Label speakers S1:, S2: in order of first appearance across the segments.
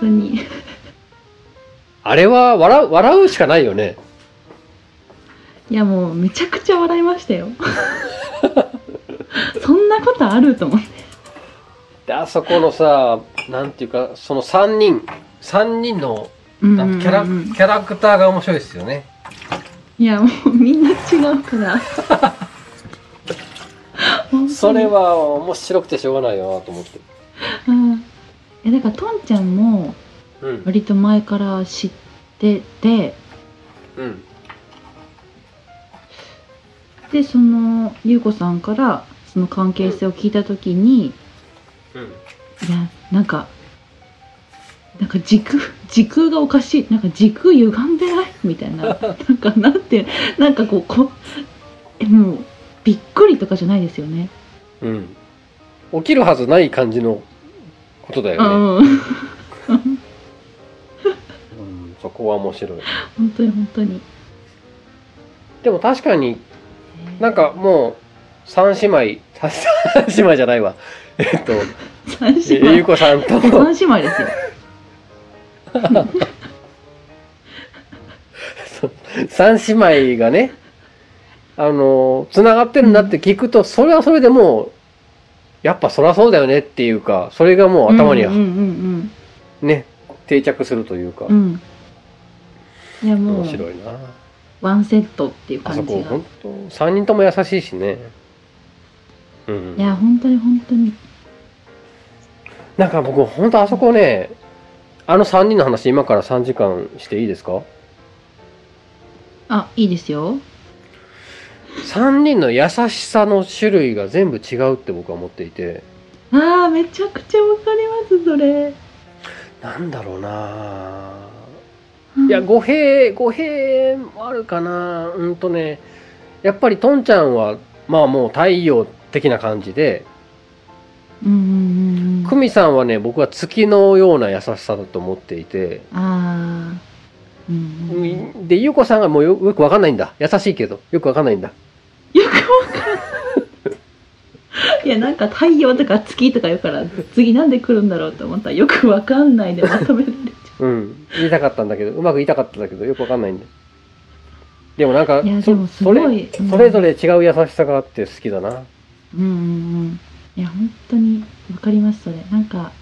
S1: 当に。
S2: あれは笑う笑うしかないよね
S1: いやもうめちゃくちゃ笑いました よ。そんなことあると思って。
S2: であそこのさなんていうかその3人3人の
S1: うん
S2: なんかキャラ、
S1: うんうん
S2: キャラクターが面白いですよね
S1: いやもうみんな違うから。本当に
S2: それ。は面白くてしょうがないよなと思って
S1: うん。えだからとんちゃんも
S2: うん
S1: 割と前から知ってて、
S2: うん
S1: でその優子さんからその関係性を聞いた時に、
S2: うん
S1: いやなんかなんか時空時空がおかしいなんか時空歪んでないみたいななんかなんてなんかこうこえもうびっくりとかじゃないですよね。
S2: うん起きるはずない感じのことだ
S1: う
S2: よね、
S1: んうん
S2: うん、そこは面白い
S1: 本当に本当に。
S2: でも確かになんかもう三姉妹 三三姉妹じゃないわえっと
S1: 三姉
S2: ゆゆう
S1: 妹
S2: こさん
S1: 三
S2: と
S1: 姉妹ですよ。
S2: そう三姉妹がねあのつながってるんだって聞くと、それはそれでもうやっぱそりゃそうだよねっていうかそれがもう 頭には、
S1: うんうん
S2: ね定着するというか、
S1: うんうん。うん、いやも
S2: 面
S1: う
S2: 白いな
S1: ワンセットっていう
S2: あそ
S1: 感
S2: こ
S1: じが。
S2: 本当3人とも優しいしねうん
S1: いや本当に本当に。
S2: なんか僕本当あそこねあの3人の話今から3時間していいですか
S1: あいいですよ。
S2: 3人の優しさの種類が全部違うって僕は思っていて
S1: ああめちゃくちゃわかりますそれ。
S2: なんだろうないや語弊語弊もあるかなうんとねやっぱりとんちゃんはまあもう太陽的な感じで
S1: うんうんうんうん
S2: 久美さんはね僕は月のような優しさだと思っていて
S1: ああうんうんうん
S2: で優子さんがもうよよくわかんないんだ優しいけどよくわかんないんだ
S1: いやなんか太陽とか月とか言うから次なんで来るんだろうと思ったらよくわかんないでまとめられち
S2: うん言いたかったんだけどうまく言いたかったんだけどよくわかんないんだでもなん
S1: ゃ
S2: か
S1: ういやで
S2: そ
S1: もすご
S2: れ
S1: い
S2: それぞ
S1: れ
S2: れ違う優しさがあって好きだな
S1: うんうんうんいや本当にわかりますそれなんか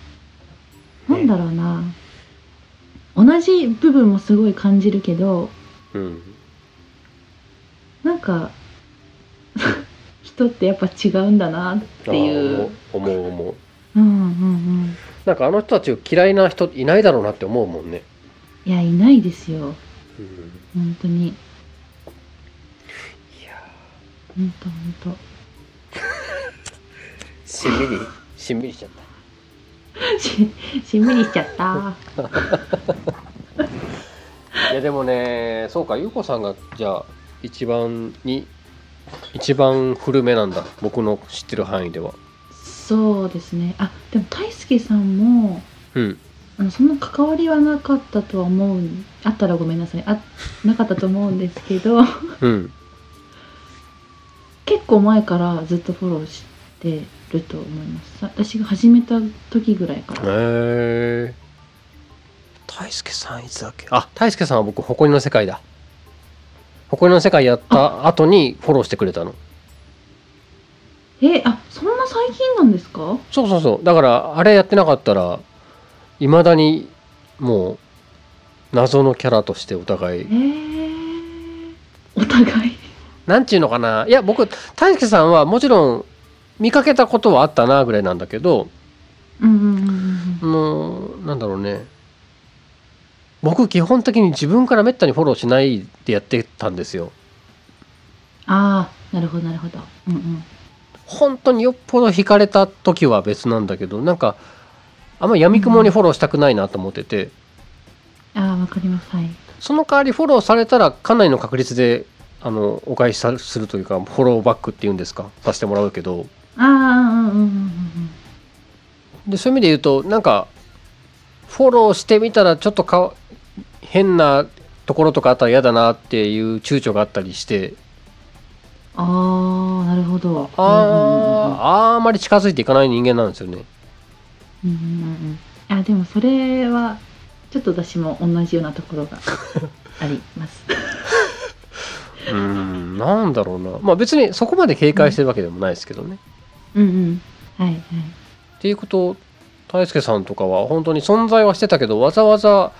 S1: なんだろうな、同じ部分もすごい感じるけど
S2: うん
S1: なんか人ってやっぱ違うんだなってい
S2: あ
S1: う
S2: ー思う思う思う
S1: うんうんうん
S2: なんかあの人たちを嫌いな人いないだろうなって思うもんね、
S1: いやいないですよ
S2: うん、
S1: 本当に
S2: いや
S1: 本当本当
S2: ーしんみりしんみりしちゃった
S1: し しんみりしちゃった。
S2: いやでもねそうか優子さんがじゃあ一番に一番古めなんだ僕の知ってる範囲では
S1: そうですね。あでも大輔さんも
S2: うん
S1: あのそんな関わりはなかったとは思う。あったらごめんなさい。あなかったと思うんですけど、
S2: うん
S1: 結構前からずっとフォローしてると思います。さ私が始めた時ぐらいか
S2: へ
S1: ら。
S2: え大輔さんいつだっけあ大輔さんは僕誇りの世界だ誇りの世界やった後にフォローしてくれたの
S1: えあそんな最近なんですか？
S2: そうそうそうだからあれやってなかったらいまだにもう謎のキャラとしてお互い
S1: えー、お互い。
S2: なんていうのかないや僕大輔さんはもちろん見かけたことはあったなぐらいなんだけど
S1: うんうんうんうん
S2: もうなんだろうね僕基本的に自分からめったにフォローしないでやってたんですよ
S1: うん。ああなるほどなるほど。うんうん。
S2: 本当によっぽど惹かれた時は別なんだけどなんかあんまやみくもにフォローしたくないなと思ってて、
S1: ああわかりますはい。
S2: その代わりフォローされたらかなりの確率であのお返しさするというかフォローバックっていうんですかさせてもらうけど、
S1: ああうんうんうんうんうん。
S2: でそういう意味で言うとなんかフォローしてみたらちょっとかわ変なところとかあったら嫌だなっていう躊躇があったりして
S1: ああなるほど
S2: あー、あーまり近づいていかない人間なんですよね。
S1: うんうんうんうんうんうんうんあでもそれはちょっと私も同じようなとこ ろがあります。
S2: うんなんだろうなまあ別にそこまで警戒してるわけでもないですけどね、
S1: うんうん。はいはい。
S2: っていうこと大輔さんとかは本当に存在はしてたけどわざわざ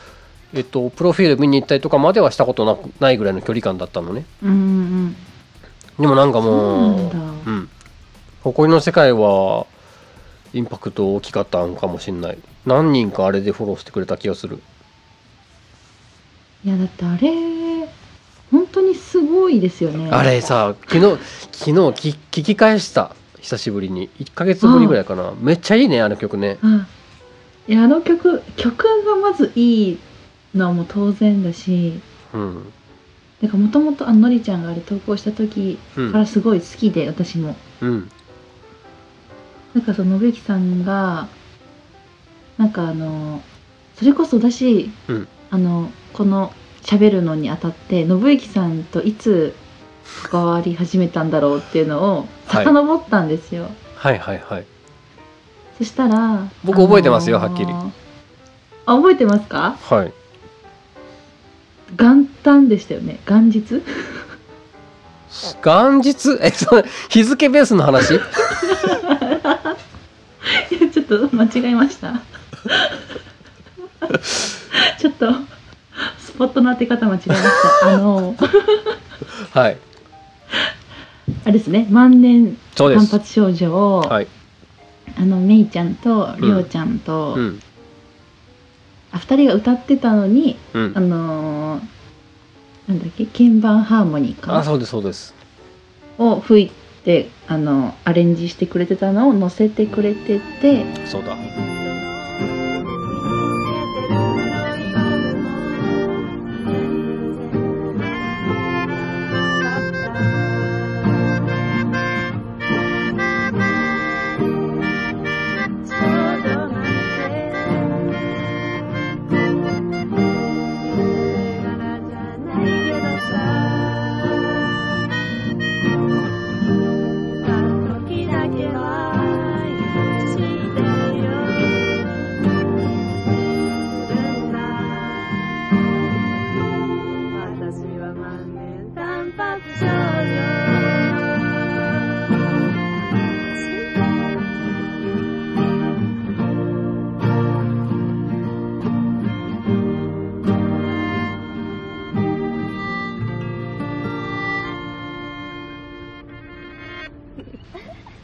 S2: えっとプロフィール見に行ったりとかまではしたことなくないぐらいの距離感だったのね
S1: うんうん。
S2: でもなんかもう
S1: そうなんだ
S2: うん誇りの世界はインパクト大きかったんかもしんない何人かあれでフォローしてくれた気がする
S1: いやだってあれ本当にすごいですよね。
S2: あれさ昨日昨日聞聞き返した久しぶりに1ヶ月ぶりぐらいかな、めっちゃいいねあの曲ね
S1: あいやあの曲曲がまずいいのはもう当然だし
S2: うん、
S1: だからもともとのりちゃんがあれ投稿した時
S2: う
S1: から
S2: ん
S1: すごい好きで、私も
S2: うん、
S1: なんかその植木さんがなんかあのそれこそ私、
S2: うん
S1: あのこの喋るのにあたって信之さんといつ関わり始めたんだろうっていうのを
S2: はい
S1: 遡ったんですよ、
S2: はいはいはい
S1: そしたら
S2: 僕覚えてますよはっきり
S1: あ覚えてますか
S2: はい
S1: 元旦でしたよね元日
S2: 元日えその日付ベースの 話
S1: いやちょっと間違えました ちょっとスポットの当て方間違えましたあの
S2: はい
S1: あれですね万年
S2: そうで
S1: 単
S2: す
S1: 発少女を、
S2: はい
S1: あのめいちゃんとりょうちゃんと、
S2: うん
S1: あ二人が歌ってたのに
S2: うん
S1: あのーなんだっけ鍵盤ハーモニ
S2: あ
S1: カ
S2: そうですそうです
S1: を吹いてあのアレンジしてくれてたのを乗せてくれてて
S2: そうだ
S3: 時だけは許してよ私は万年単発少女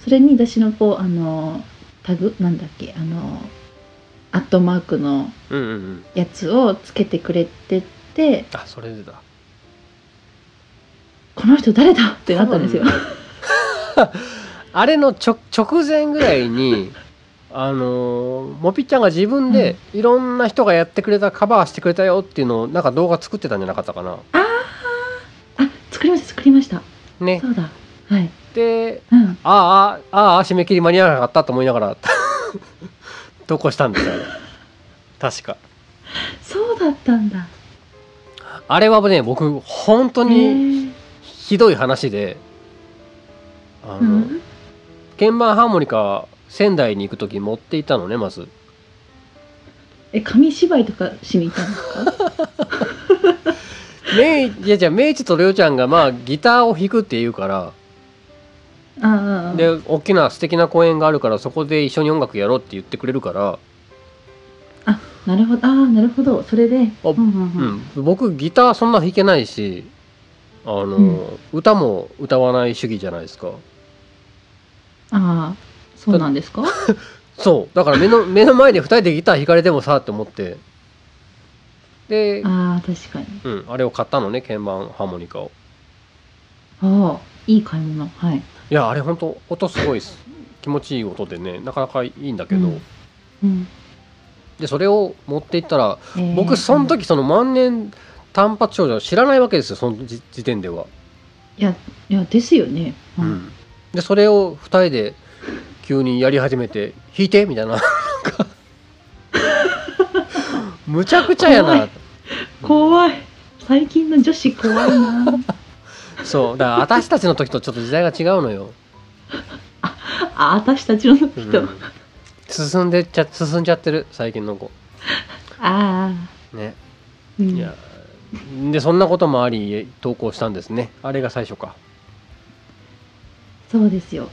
S1: それに私のこうあのタグなんだっけあのアットマークの
S2: うんうんうん
S1: やつをつけてくれてて
S2: あそれでだ
S1: この人誰だってなったんですよ。
S2: あれのちょ直前ぐら いにあのーもぴっちゃんが自分でいろんな人がやってくれたカバーしてくれたよっていうのをなんか動画作ってたんじゃなかったかな
S1: あ作りました作りました
S2: ね
S1: そうだはい
S2: で
S1: うん
S2: あーあーああー締め切り間に合わなかったと思いながら 投稿したんですよね確か
S1: そうだったんだ。
S2: あれはね僕本当
S1: へ
S2: に
S1: ー
S2: ひどい話であの、
S1: うん
S2: 鍵盤ハーモニカ仙台に行く時持っていたのねまず
S1: え紙芝居とかしに行 ったんですか。
S2: めいいやじゃあ明治とりょうちゃんがまあギターを弾くって言うから
S1: ああ。
S2: で大きな素敵な公演があるからそこで一緒に音楽やろうって言ってくれるから、
S1: なるほど。ああ、なるほど。それで。
S2: あ
S1: うんうん
S2: う
S1: うん。
S2: ん、僕ギターそんな弾けないしあの、
S1: うん
S2: 歌も歌わない主義じゃないですか
S1: ああ、そうなんですか。
S2: そうだから目の 目の前で2人でギター弾かれてもさって思ってで、
S1: ああ、確かに。
S2: うん、あれを買ったのね鍵盤ハーモニカを
S1: ああ、いい買い物。はい。
S2: いやあれ本当音すごいっす気持ちいい音でねなかなかいいんだけど、
S1: うんうん。
S2: でそれを持っていったら
S1: えー
S2: 僕その。時その万年単発少女を知らないわけですよその時時点では、
S1: いや、いや、ですよね。はい
S2: でそれを2人で急にやり始めて「弾いて」みたいななんかむちゃくちゃやな
S1: 怖い。最近の女子怖い な。
S2: そうだから私たちの時とちょっと時代が違うのよ、
S1: あ、私たちの人。
S2: うん進んでっちゃ進んじゃってる最近の子
S1: ああ。
S2: ね
S1: うん
S2: いやでそんなこともあり投稿したんですねあれが最初か
S1: そうですよ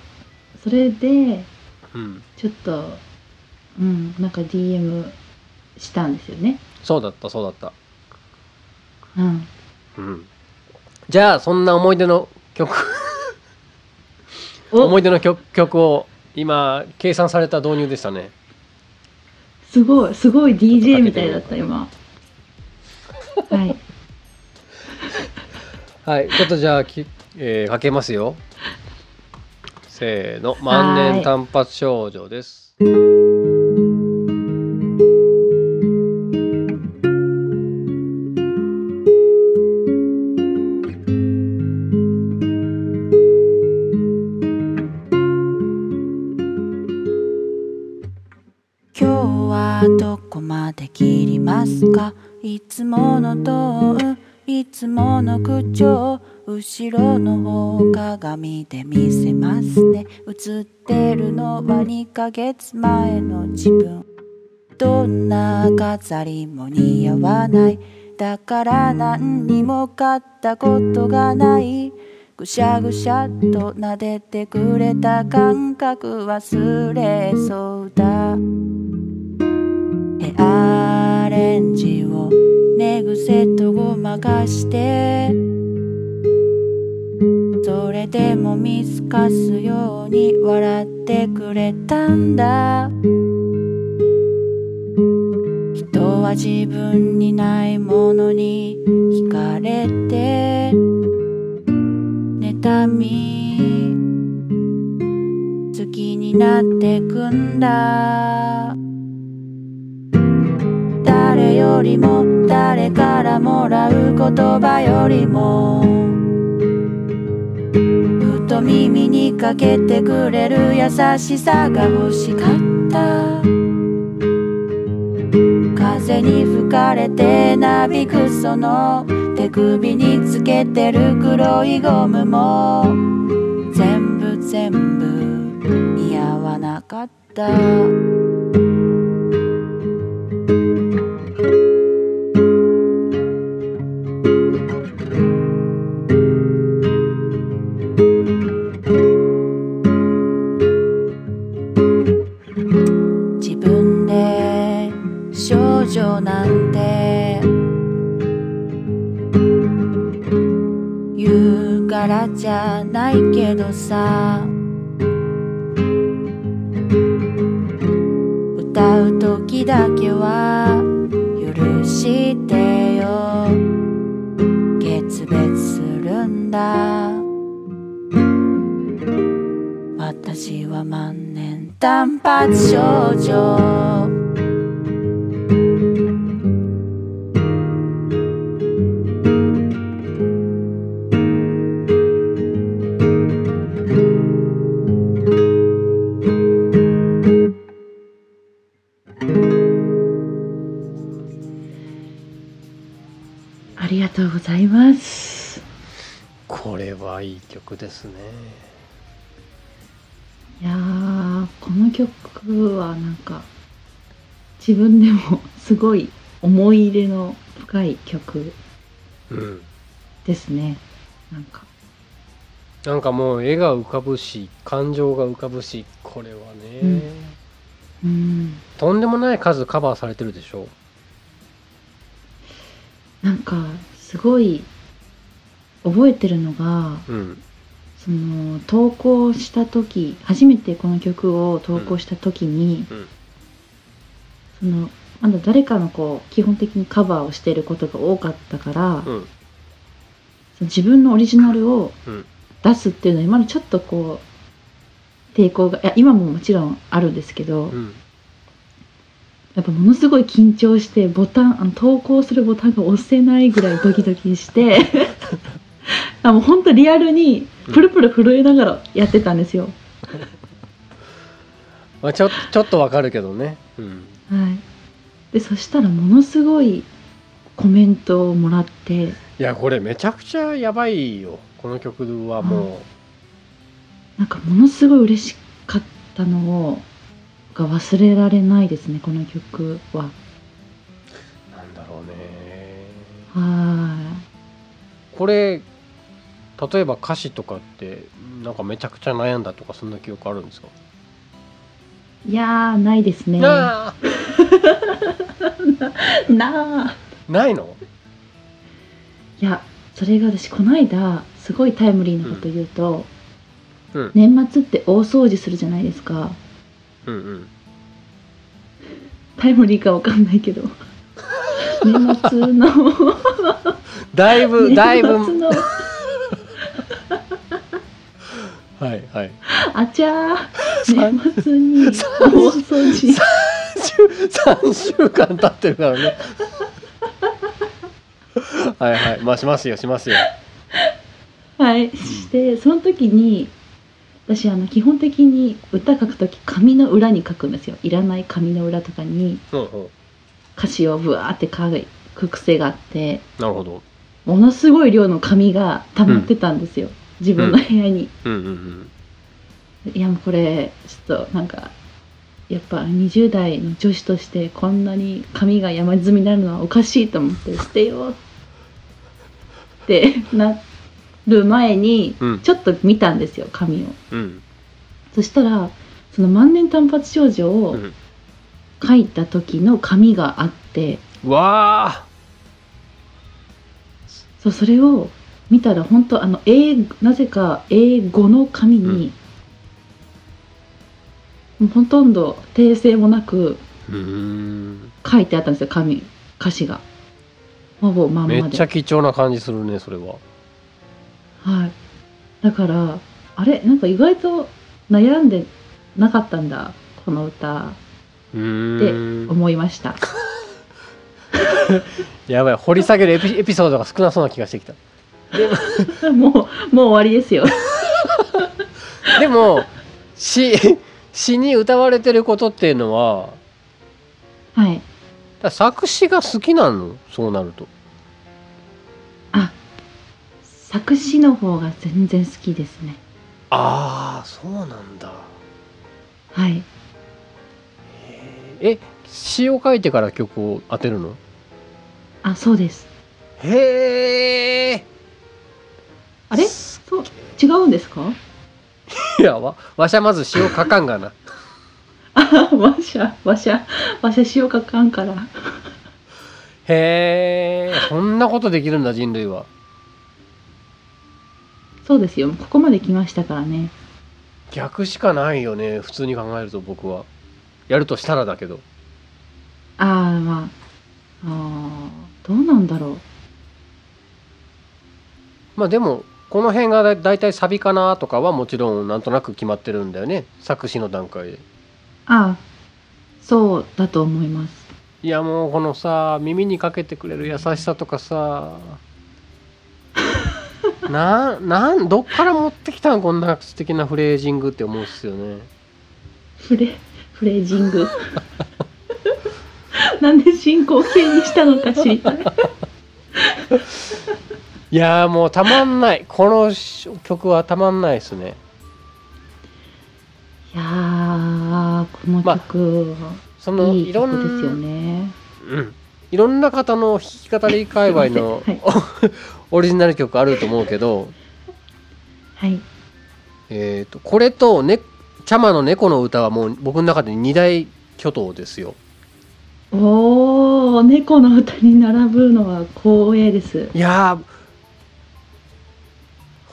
S1: それで
S2: うん
S1: ちょっとうんなんか DM したんですよね
S2: そうだったそうだった
S1: うん
S2: うんじゃあそんな思い出の曲
S1: お
S2: 思い出の曲曲を今計算された導入でしたね
S1: すごいすごい
S2: ちょっとかけ
S1: DJ
S2: てみ
S1: みたいだった今はい
S2: はいちょっとじゃあき、えーかけますよせーの万年単発少女です
S4: 今日はどこまで切りますかいつものトーンいつもの口調後ろの方鏡で見せますね映ってるのは2ヶ月前の自分どんな飾りも似合わないだから何にも買ったことがないぐしゃぐしゃっと撫でてくれた感覚忘れそうだヘアアレンジを寝癖とごまかしてそれでも見透かすように笑ってくれたんだ人は自分にないものに惹かれて妬み好きになってくんだ誰よりも誰からもらう言葉よりもふと耳にかけてくれる優しさが欲しかった風に吹かれてなびくその手首につけてる黒いゴムも全部全部似合わなかった自分で少女なんて言うからじゃないけどさ歌う時だけは許してよ決別するんだ私は万年単発少女
S1: ありがとうございます
S2: これはいい曲ですね
S1: いやーこの曲はなんか自分でも すごい思い入れの深い曲
S2: うん
S1: ですねなんか
S2: なんかもう絵が浮かぶし感情が浮かぶしこれはね、
S1: うんうん
S2: とんでもない数カバーされてるでしょ
S1: なんかすごい覚えてるのが
S2: うん
S1: その投稿した時初めてこの曲を投稿した時に、
S2: うん
S1: そのまだ誰かのこう基本的にカバーをしていることが多かったから、その
S2: うん
S1: 自分のオリジナルを
S2: うん
S1: 出すっていうのは今のちょっとこう抵抗がいや今ももちろんあるんですけど、
S2: うん
S1: やっぱものすごい緊張してボタンあの投稿するボタンが押せないぐらいドキドキして あもう本当リアルにプルプル震えながらやってたんですよ。
S2: まあ、ちょちょっとわかるけどねうん
S1: はい、でそしたらものすごいコメントをもらって
S2: いやこれめちゃくちゃやばいよこの曲はも
S1: なんかものすごい嬉しかったのをが忘れられないですねこの曲は。
S2: う、なんだろうね
S1: は
S2: これ例えば歌詞とかってなんかめちゃくちゃ悩んだとかそんな記憶あるんですか、
S1: ーい。いやー、ないですね。な
S2: なあ
S1: あ。
S2: ないの
S1: いや、それが私、この間、すごいタイムリーなこと言うと、
S2: うん
S1: 年末って大掃除するじゃないですか。
S2: うんうん
S1: タイムリーかわかんないけ ど。年末の
S2: だい ぶだい
S1: 年末
S2: ぶ
S1: の
S2: はいはい
S1: あちゃー年末に大掃除
S2: 3週間経ってるから ねはいはいまあしますよしますよ
S1: はいしてその時に私あの基本的に歌書く時紙の裏に書くんですよいらない紙の裏とかに
S2: うんうん
S1: 歌詞をぶわーって書く癖があって
S2: なるほど
S1: ものすごい量の紙が溜まってたんですよ、自分の部屋に、
S2: うんうんうん
S1: いやもうこれちょっとなんかやっぱ20代の女子としてこんなに髪が山積みになるのはおかしいと思って捨てようってなる前に
S2: うん
S1: ちょっと見たんですよ髪を
S2: うん
S1: そしたらその万年単発少女
S2: う
S1: を
S2: ん
S1: 書いた時の髪があって
S2: うわあ
S1: そうそれを見たら本当あの英なぜか英語の紙に、もうほとんど訂正もなく
S2: うーん
S1: 書いてあったんですよ紙歌詞がほぼまん
S2: め
S1: ま
S2: っちゃ
S1: で、
S2: 貴重な感じするねそれは
S1: はい、だからあれなんか意外と悩んでなかったんだこの歌
S2: うーん
S1: 思いました、
S2: やばい掘り下げるエピエピソードが少なそうな気がしてきた
S1: もうもう終わりですよ
S2: で も詩詩に歌われてることっていうのは
S1: はい
S2: だから作詞が好きなのそうなると
S1: 作詞の方が全然好きですね
S2: ああそうなんだ
S1: はい
S2: え詩を書いてから曲を当てるの
S1: あそうです
S2: へえ
S1: あれそう違うんですか
S2: いやわわしゃまず詩を書かんがな
S1: あわしゃわしゃわしゃしようかかんから
S2: へえそんなことできるんだ人類は
S1: そうですよここまで来ましたからね
S2: 逆しかないよね普通に考えると僕はやるとしたらだけど
S1: あーまああーどうなんだろう
S2: まあでもこの辺がだだいたいサビかなとかはもちろんなんとなく決まってるんだよね作詞の段階で
S1: ああそうだと思います
S2: いやもうこのさ耳にかけてくれる優しさとか さななんどっから持ってきたんこんな素敵なフレージングって思うんですよね
S1: フレフレージン グなんで進行形にしたのか知りた い
S2: いやーもうたまんないこのし曲はたまんないですね
S1: いやーこの曲、
S2: その
S1: いい
S2: いろん
S1: 曲ですよね
S2: うん、いろんな方の弾き語り界隈の、
S1: すい
S2: オリジナル曲あると思うけど
S1: はい
S2: えーとこれと、ね「チャマの猫の歌」はもう僕の中で二大巨頭ですよ
S1: おー猫の歌に並ぶのは光栄です
S2: いや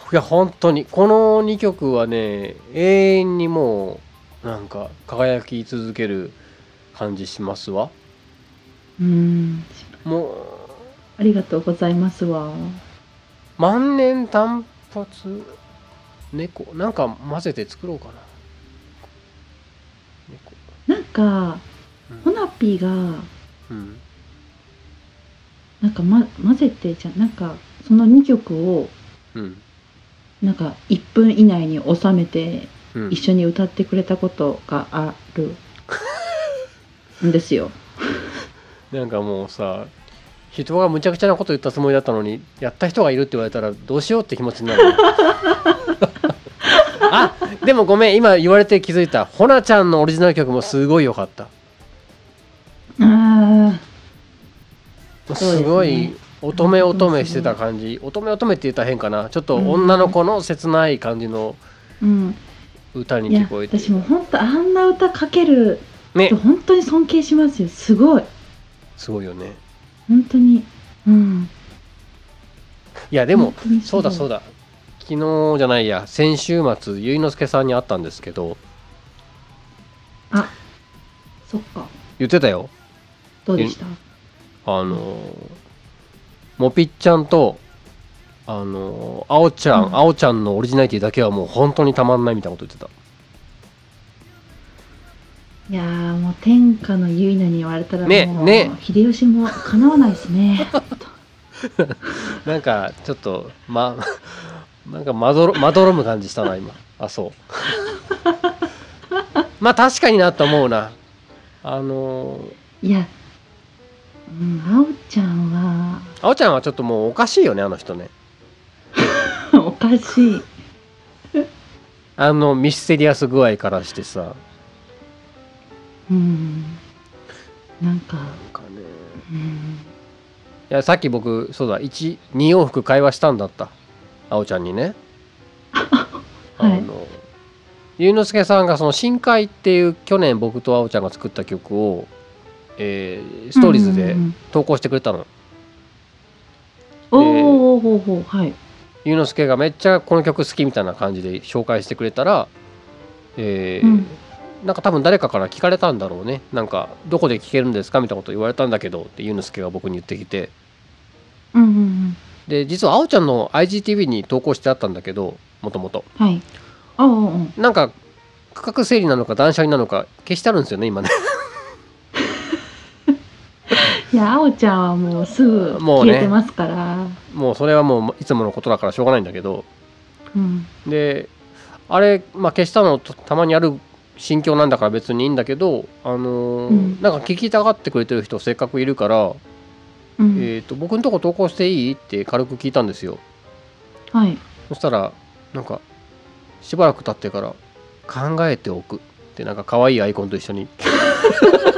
S2: ーいや本当にこの2曲はね永遠にもうなんか輝き続ける感じしますわ
S1: うん
S2: もう
S1: ありがとうございますわ
S2: 万年単発猫なんか混ぜて作ろうかな猫
S1: なんかほなぴが
S2: うん
S1: なんか、ま、混ぜてじゃなんかその2曲を
S2: うん
S1: なんか1分以内に収めて
S2: うん
S1: 一緒に歌ってくれたことがあるんですよ。
S2: なんかもうさ人がむちゃくちゃなこと言ったつもりだったのにやった人がいるって言われたらどうしようって気持ちに なるあでもごめん今言われて気づいたほなちゃんのオリジナル曲もすごい良かった
S1: ああ、そうです
S2: す
S1: ね
S2: ごい乙女乙女してた感じ乙女乙女って言ったら変かなちょっと女の子の切ない感じの
S1: うん、
S2: 歌に
S1: いや
S2: 聞こえて
S1: 私も本当あんな歌かける
S2: ね
S1: 人本当に尊敬しますよすごい
S2: すごいよね
S1: 本当にうん
S2: いやでも
S1: 本当にす
S2: そ
S1: ご
S2: う
S1: い
S2: だそうだ昨日じゃないや先週末ゆいのすけさんに会ったんですけど
S1: そっか
S2: 言ってたよ
S1: どうでした
S2: あのもぴっちゃんとあのあおちゃん、
S1: うん
S2: あおちゃんのオリジナリティだけはもう本当にたまんないみたいなこと言ってた
S1: いやーもう天下の結菜に言われたらもう、
S2: ねね
S1: 秀吉もかなわないです ね
S2: なんかちょっとま なんかまどろまどろむ感じしたな今あそう まあ確かになと思うなあの
S1: いやうんあおちゃんは
S2: あおちゃんはちょっともうおかしいよねあの人ね
S1: おかしい
S2: あのミステリアス具合からしてさ
S1: うんなんか
S2: なんかね
S1: うん
S2: いやさっき僕そうだ12往復会話したんだったあおちゃんにねあ
S1: はい
S2: のゆうのすけさんがその「深海」っていう去年僕とあおちゃんが作った曲を、えーストーリーズで
S1: うんうんうん
S2: 投稿してくれたの、
S1: おーおーおーおーはい
S2: ゆうのすけがめっちゃこの曲好きみたいな感じで紹介してくれたら、えー
S1: うん
S2: なんか多分誰かから聞かれたんだろうねなんか「どこで聴けるんですか?」みたいなこと言われたんだけどってゆうのすけが僕に言ってきて
S1: うんうんうん
S2: で実はあおちゃんの IGTV に投稿してあったんだけどもともと
S1: はいあおーおー
S2: なんか区画整理なのか断捨離なのか消してあるんですよね今 ね
S1: いやあおちゃんはもうすぐ
S2: もうね
S1: 消えてますから
S2: もうそれはもういつものことだからしょうがないんだけど
S1: うん
S2: であれ、まあ、消したのとたまにある心境なんだから別にいいんだけど、あのー
S1: うん
S2: なんか聞きたがってくれてる人せっかくいるから、
S1: うん
S2: えー、と僕のとこ投稿していいって軽く聞いたんですよ
S1: はい
S2: そしたらなんかしばらく経ってから「考えておく」ってなんか可愛いアイコンと一緒に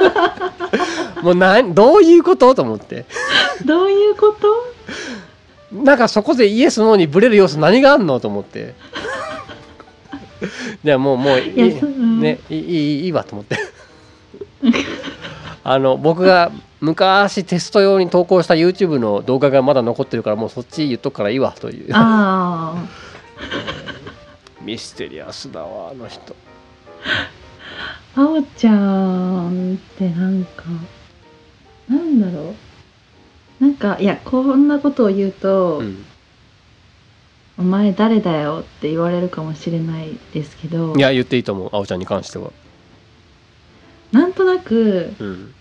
S2: もうなんどういうことと思って
S1: どういうこと
S2: なんかそこでイエスノーにブレる要素何があんのと思ってじゃあもうもうい
S1: いやそううん
S2: ねいいいいいいわと思って あの僕が昔テスト用に投稿した YouTube の動画がまだ残ってるからもうそっち言っとくからいいわという
S1: あ
S2: ミステリアスだわあの人
S1: あ、あおちゃんってなんか、なんだろう。なんか、いや、こんなことを言うと、
S2: うん
S1: お前誰だよって言われるかもしれないですけど
S2: い、や言っていいと思うあおちゃんに関しては
S1: なんとなく
S2: うん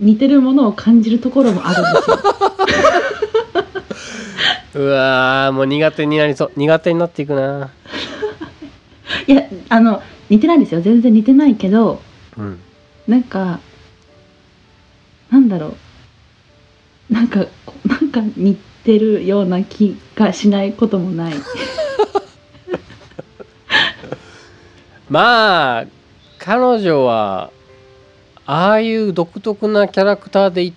S1: 似てるものを感じるところもあるん ですよ。
S2: うわーもう苦手になりそう苦手になっていくない
S1: や、あの、似てないんですよ。全然似てないけど、
S2: うん
S1: なんか、なんだろう。なんか、こなんか似てるような気がしないこともない。
S2: まあ彼女はああいう独特なキャラクターでい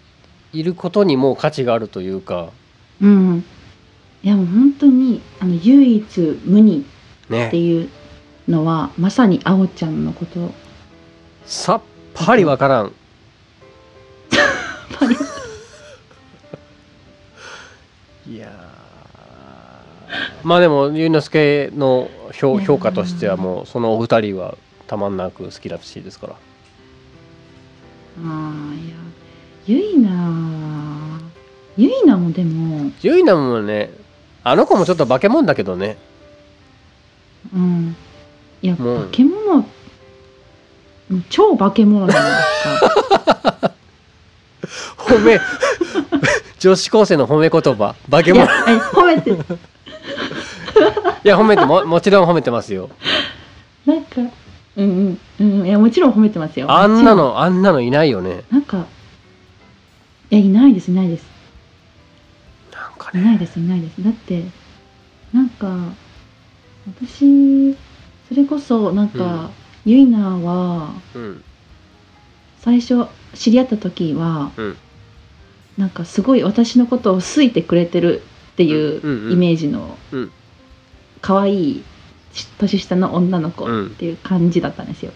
S2: いることにもう価値があるというか
S1: うん、いやもう本当にあの唯一無二っ
S2: ね
S1: ていうのはまさにあおちゃんのことやっ
S2: さっぱりわからん
S1: ぱり
S2: いやーまあでも龍之介の評
S1: いやー
S2: 評価としてはもうそのお二人はたまんなく好きらしいですから
S1: ああいやゆいなゆいなもでも
S2: ゆいなもねあの子もちょっと化け物だけどね
S1: うんいや
S2: もう
S1: 化け物超化け物じゃないですか
S2: 褒め 女子高生の褒め言葉化け
S1: いや
S2: 物
S1: え褒めて
S2: いや褒めてももちろん褒めてますよ
S1: なんかうんうんうんいやもちろん褒めてますよ
S2: あんな
S1: も
S2: のあんなのいないよね
S1: ちろんなんかいやいないですいないです
S2: なんか
S1: い
S2: ね
S1: ないですいないですだってなんか私それこそなんか、ゆいなは
S2: うん
S1: 最初知り合った時は、
S2: うん
S1: なんかすごい私のことを好いてくれてるってい
S2: うんうんう
S1: うんイメージの
S2: うん
S1: 可愛いし年下の女の子
S2: うん
S1: っていう感じだったんですよ。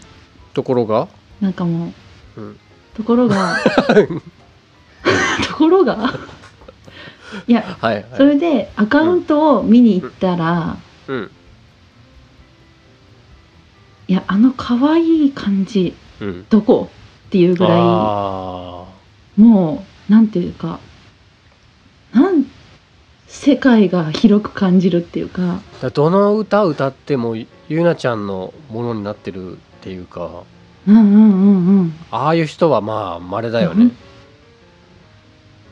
S2: ところが、
S1: なんかもう、
S2: うん
S1: ところ がところがいや
S2: はいはい
S1: それでアカウントを見に行ったら、
S2: うん
S1: いやあの可愛い感じ
S2: うん、
S1: どこっていうぐら
S2: あ
S1: いもうなんていうかなん世界が広く感じるっていうか
S2: ーだどの歌歌ってもゆゆなちゃんのものになってるっていうか
S1: うんうんうんうん
S2: ああいう人はまあ稀だよね、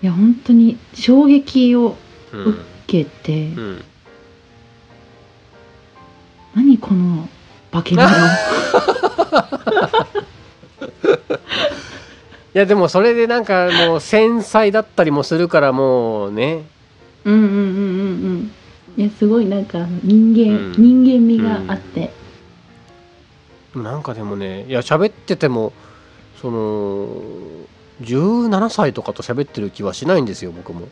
S1: いや本当に衝撃を
S2: う
S1: うん受けて、
S2: うん、
S1: 何この化け物
S2: いやでもそれでなんかもう繊細だったりもするからもうね
S1: うんうんうんうんうんいやすごいなんか人間、
S2: うん
S1: 人間味があって、
S2: なんかでもねいや喋っててもその17歳とかと喋ってる気はしないんですよ僕も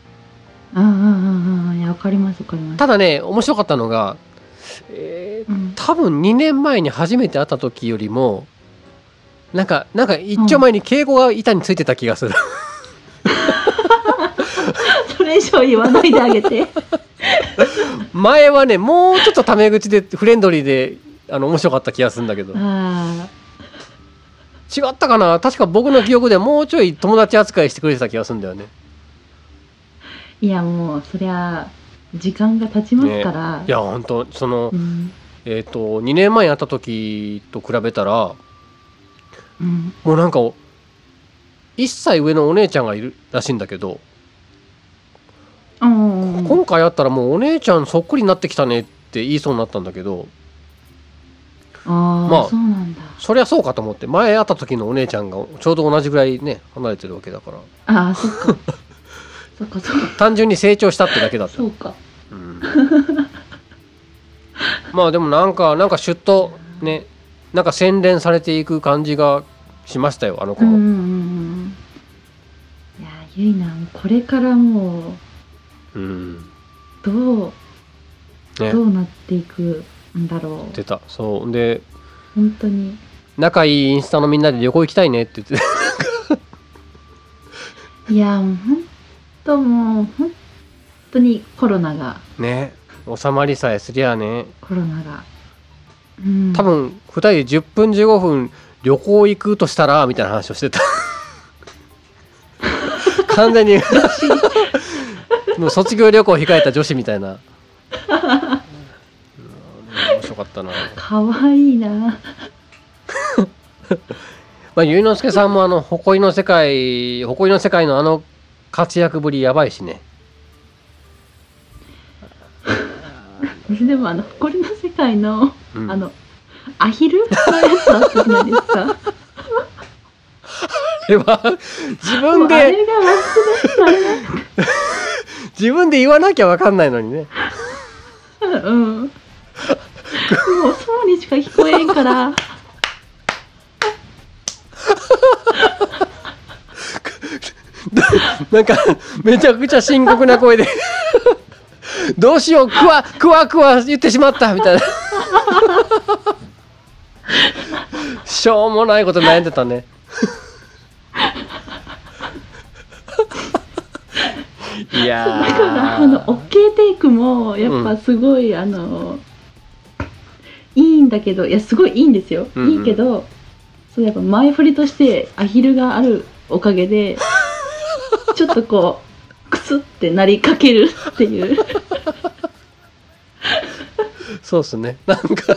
S1: ああああああいやわかりますわかります
S2: ただね面白かったのが、えー
S1: うん
S2: 多分2年前に初めて会った時よりもなんかなんか一丁前に敬語が板についてた気がする、
S1: それ以上言わないであげ て
S2: 前はねもうちょっとタメ口でフレンドリーであの面白かった気がするんだけど違
S1: ああ
S2: ったかな確か僕の記憶ではもうちょい友達扱いしてくれてた気がするんだよね
S1: いやもうそりゃ時間が経ちますから、
S2: いや本当その、
S1: うん
S2: えっ、と2年前に会った時と比べたら
S1: うん
S2: もうなんか1歳上のお姉ちゃんがいるらしいんだけど、
S1: うんうん
S2: 今回会ったらもうお姉ちゃんそっくりになってきたねって言いそうになったんだけど
S1: ああ、
S2: まあ
S1: そうなんだ
S2: そりゃそうかと思って前会った時のお姉ちゃんがちょうど同じぐらいね離れてるわけだから
S1: ああそっか そっかそっか
S2: 単純に成長したってだけだった
S1: そうか
S2: うんまあでもなんかなんかシュッとねなんか洗練されていく感じがしましたよあの子
S1: うんうん
S2: も、
S1: うんうんいやゆいなもうこれからもう
S2: うん、
S1: どう、
S2: ね
S1: どうなっていくんだろう
S2: 出たそうで
S1: 本当に
S2: 仲いいインスタのみんなで旅行行きたいねって言って
S1: いやもう本当もう本当にコロナが
S2: ね 収まりさえすりゃね
S1: コロナが、うん、
S2: 多分2人で10分15分旅行行くとしたらみたいな話をして た完全に もう卒業旅行控えた女子みたいなうん面白かったな、
S1: かわいいな
S2: まあ、ゆいのすけさんもあの誇りの世界誇りの世界のあの活躍ぶりやばいしね
S1: でもあの誇りの世界の、
S2: うん
S1: あのアヒルのやつあったじゃないですか
S2: あれは自
S1: も
S2: 分
S1: うあ
S2: で
S1: れが忘れられない
S2: 自分で言わなきゃ分かんないのにね
S1: うんもうそうにしか聞こえん から
S2: なんか、めちゃくちゃ深刻な声で、どうしよう、くわ、くわくわ言ってしまった、みたいな。しょうもないこと悩んでたね。いや
S1: だ
S2: ー
S1: からあの OK テイクもやっぱすごい、あのいいんだけどいやすごいいいんですよ、
S2: うんうん
S1: いいけどそうやっぱ前振りとしてアヒルがあるおかげ でちょっとこうクスってなりかけるっていう
S2: そうっすね。なんか、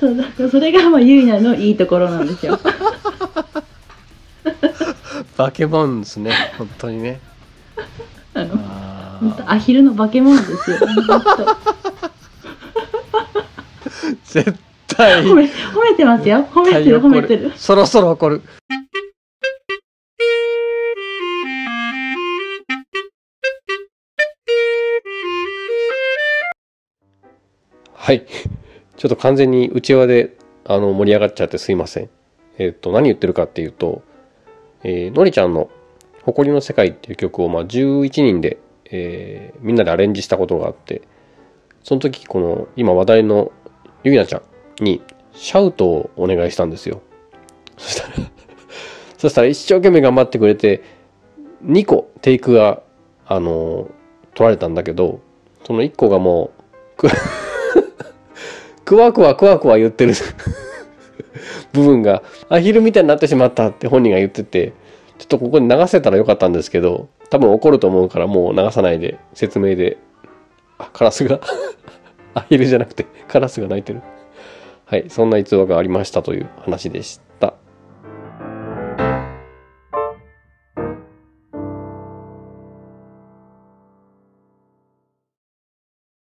S1: そうだからそれがまあゆいなのいいところなんですよ
S2: 化け物ですね。本当にね。
S1: あの
S2: あ
S1: 本当
S2: ー
S1: アヒルの化け物ですよ本
S2: 絶対
S1: 当褒。め褒めてますよ褒めてる褒めてる
S2: そろそろ怒る。はい。ちょっと完全に内輪であの盛り上がっちゃってすいません。えっ、と、何言ってるかっていうと、えーのりちゃんの誇りの世界っていう曲をまあ11人で、えーみんなでアレンジしたことがあって、その時この今話題のゆいなちゃんにシャウトをお願いしたんですよ。そしたら、 そしたら一生懸命頑張ってくれて、2個テイクが、あのー取られたんだけど、その1個がもう、く、 くわくわくわくわ言ってる 部分が、アヒルみたいになってしまったって本人が言ってて、ちょっとここに流せたらよかったんですけど、多分怒ると思うからもう流さないで、説明で。あ、カラスが、 アヒルじゃなくて、カラスが鳴いてる。はい、そんな逸話がありましたという話でした。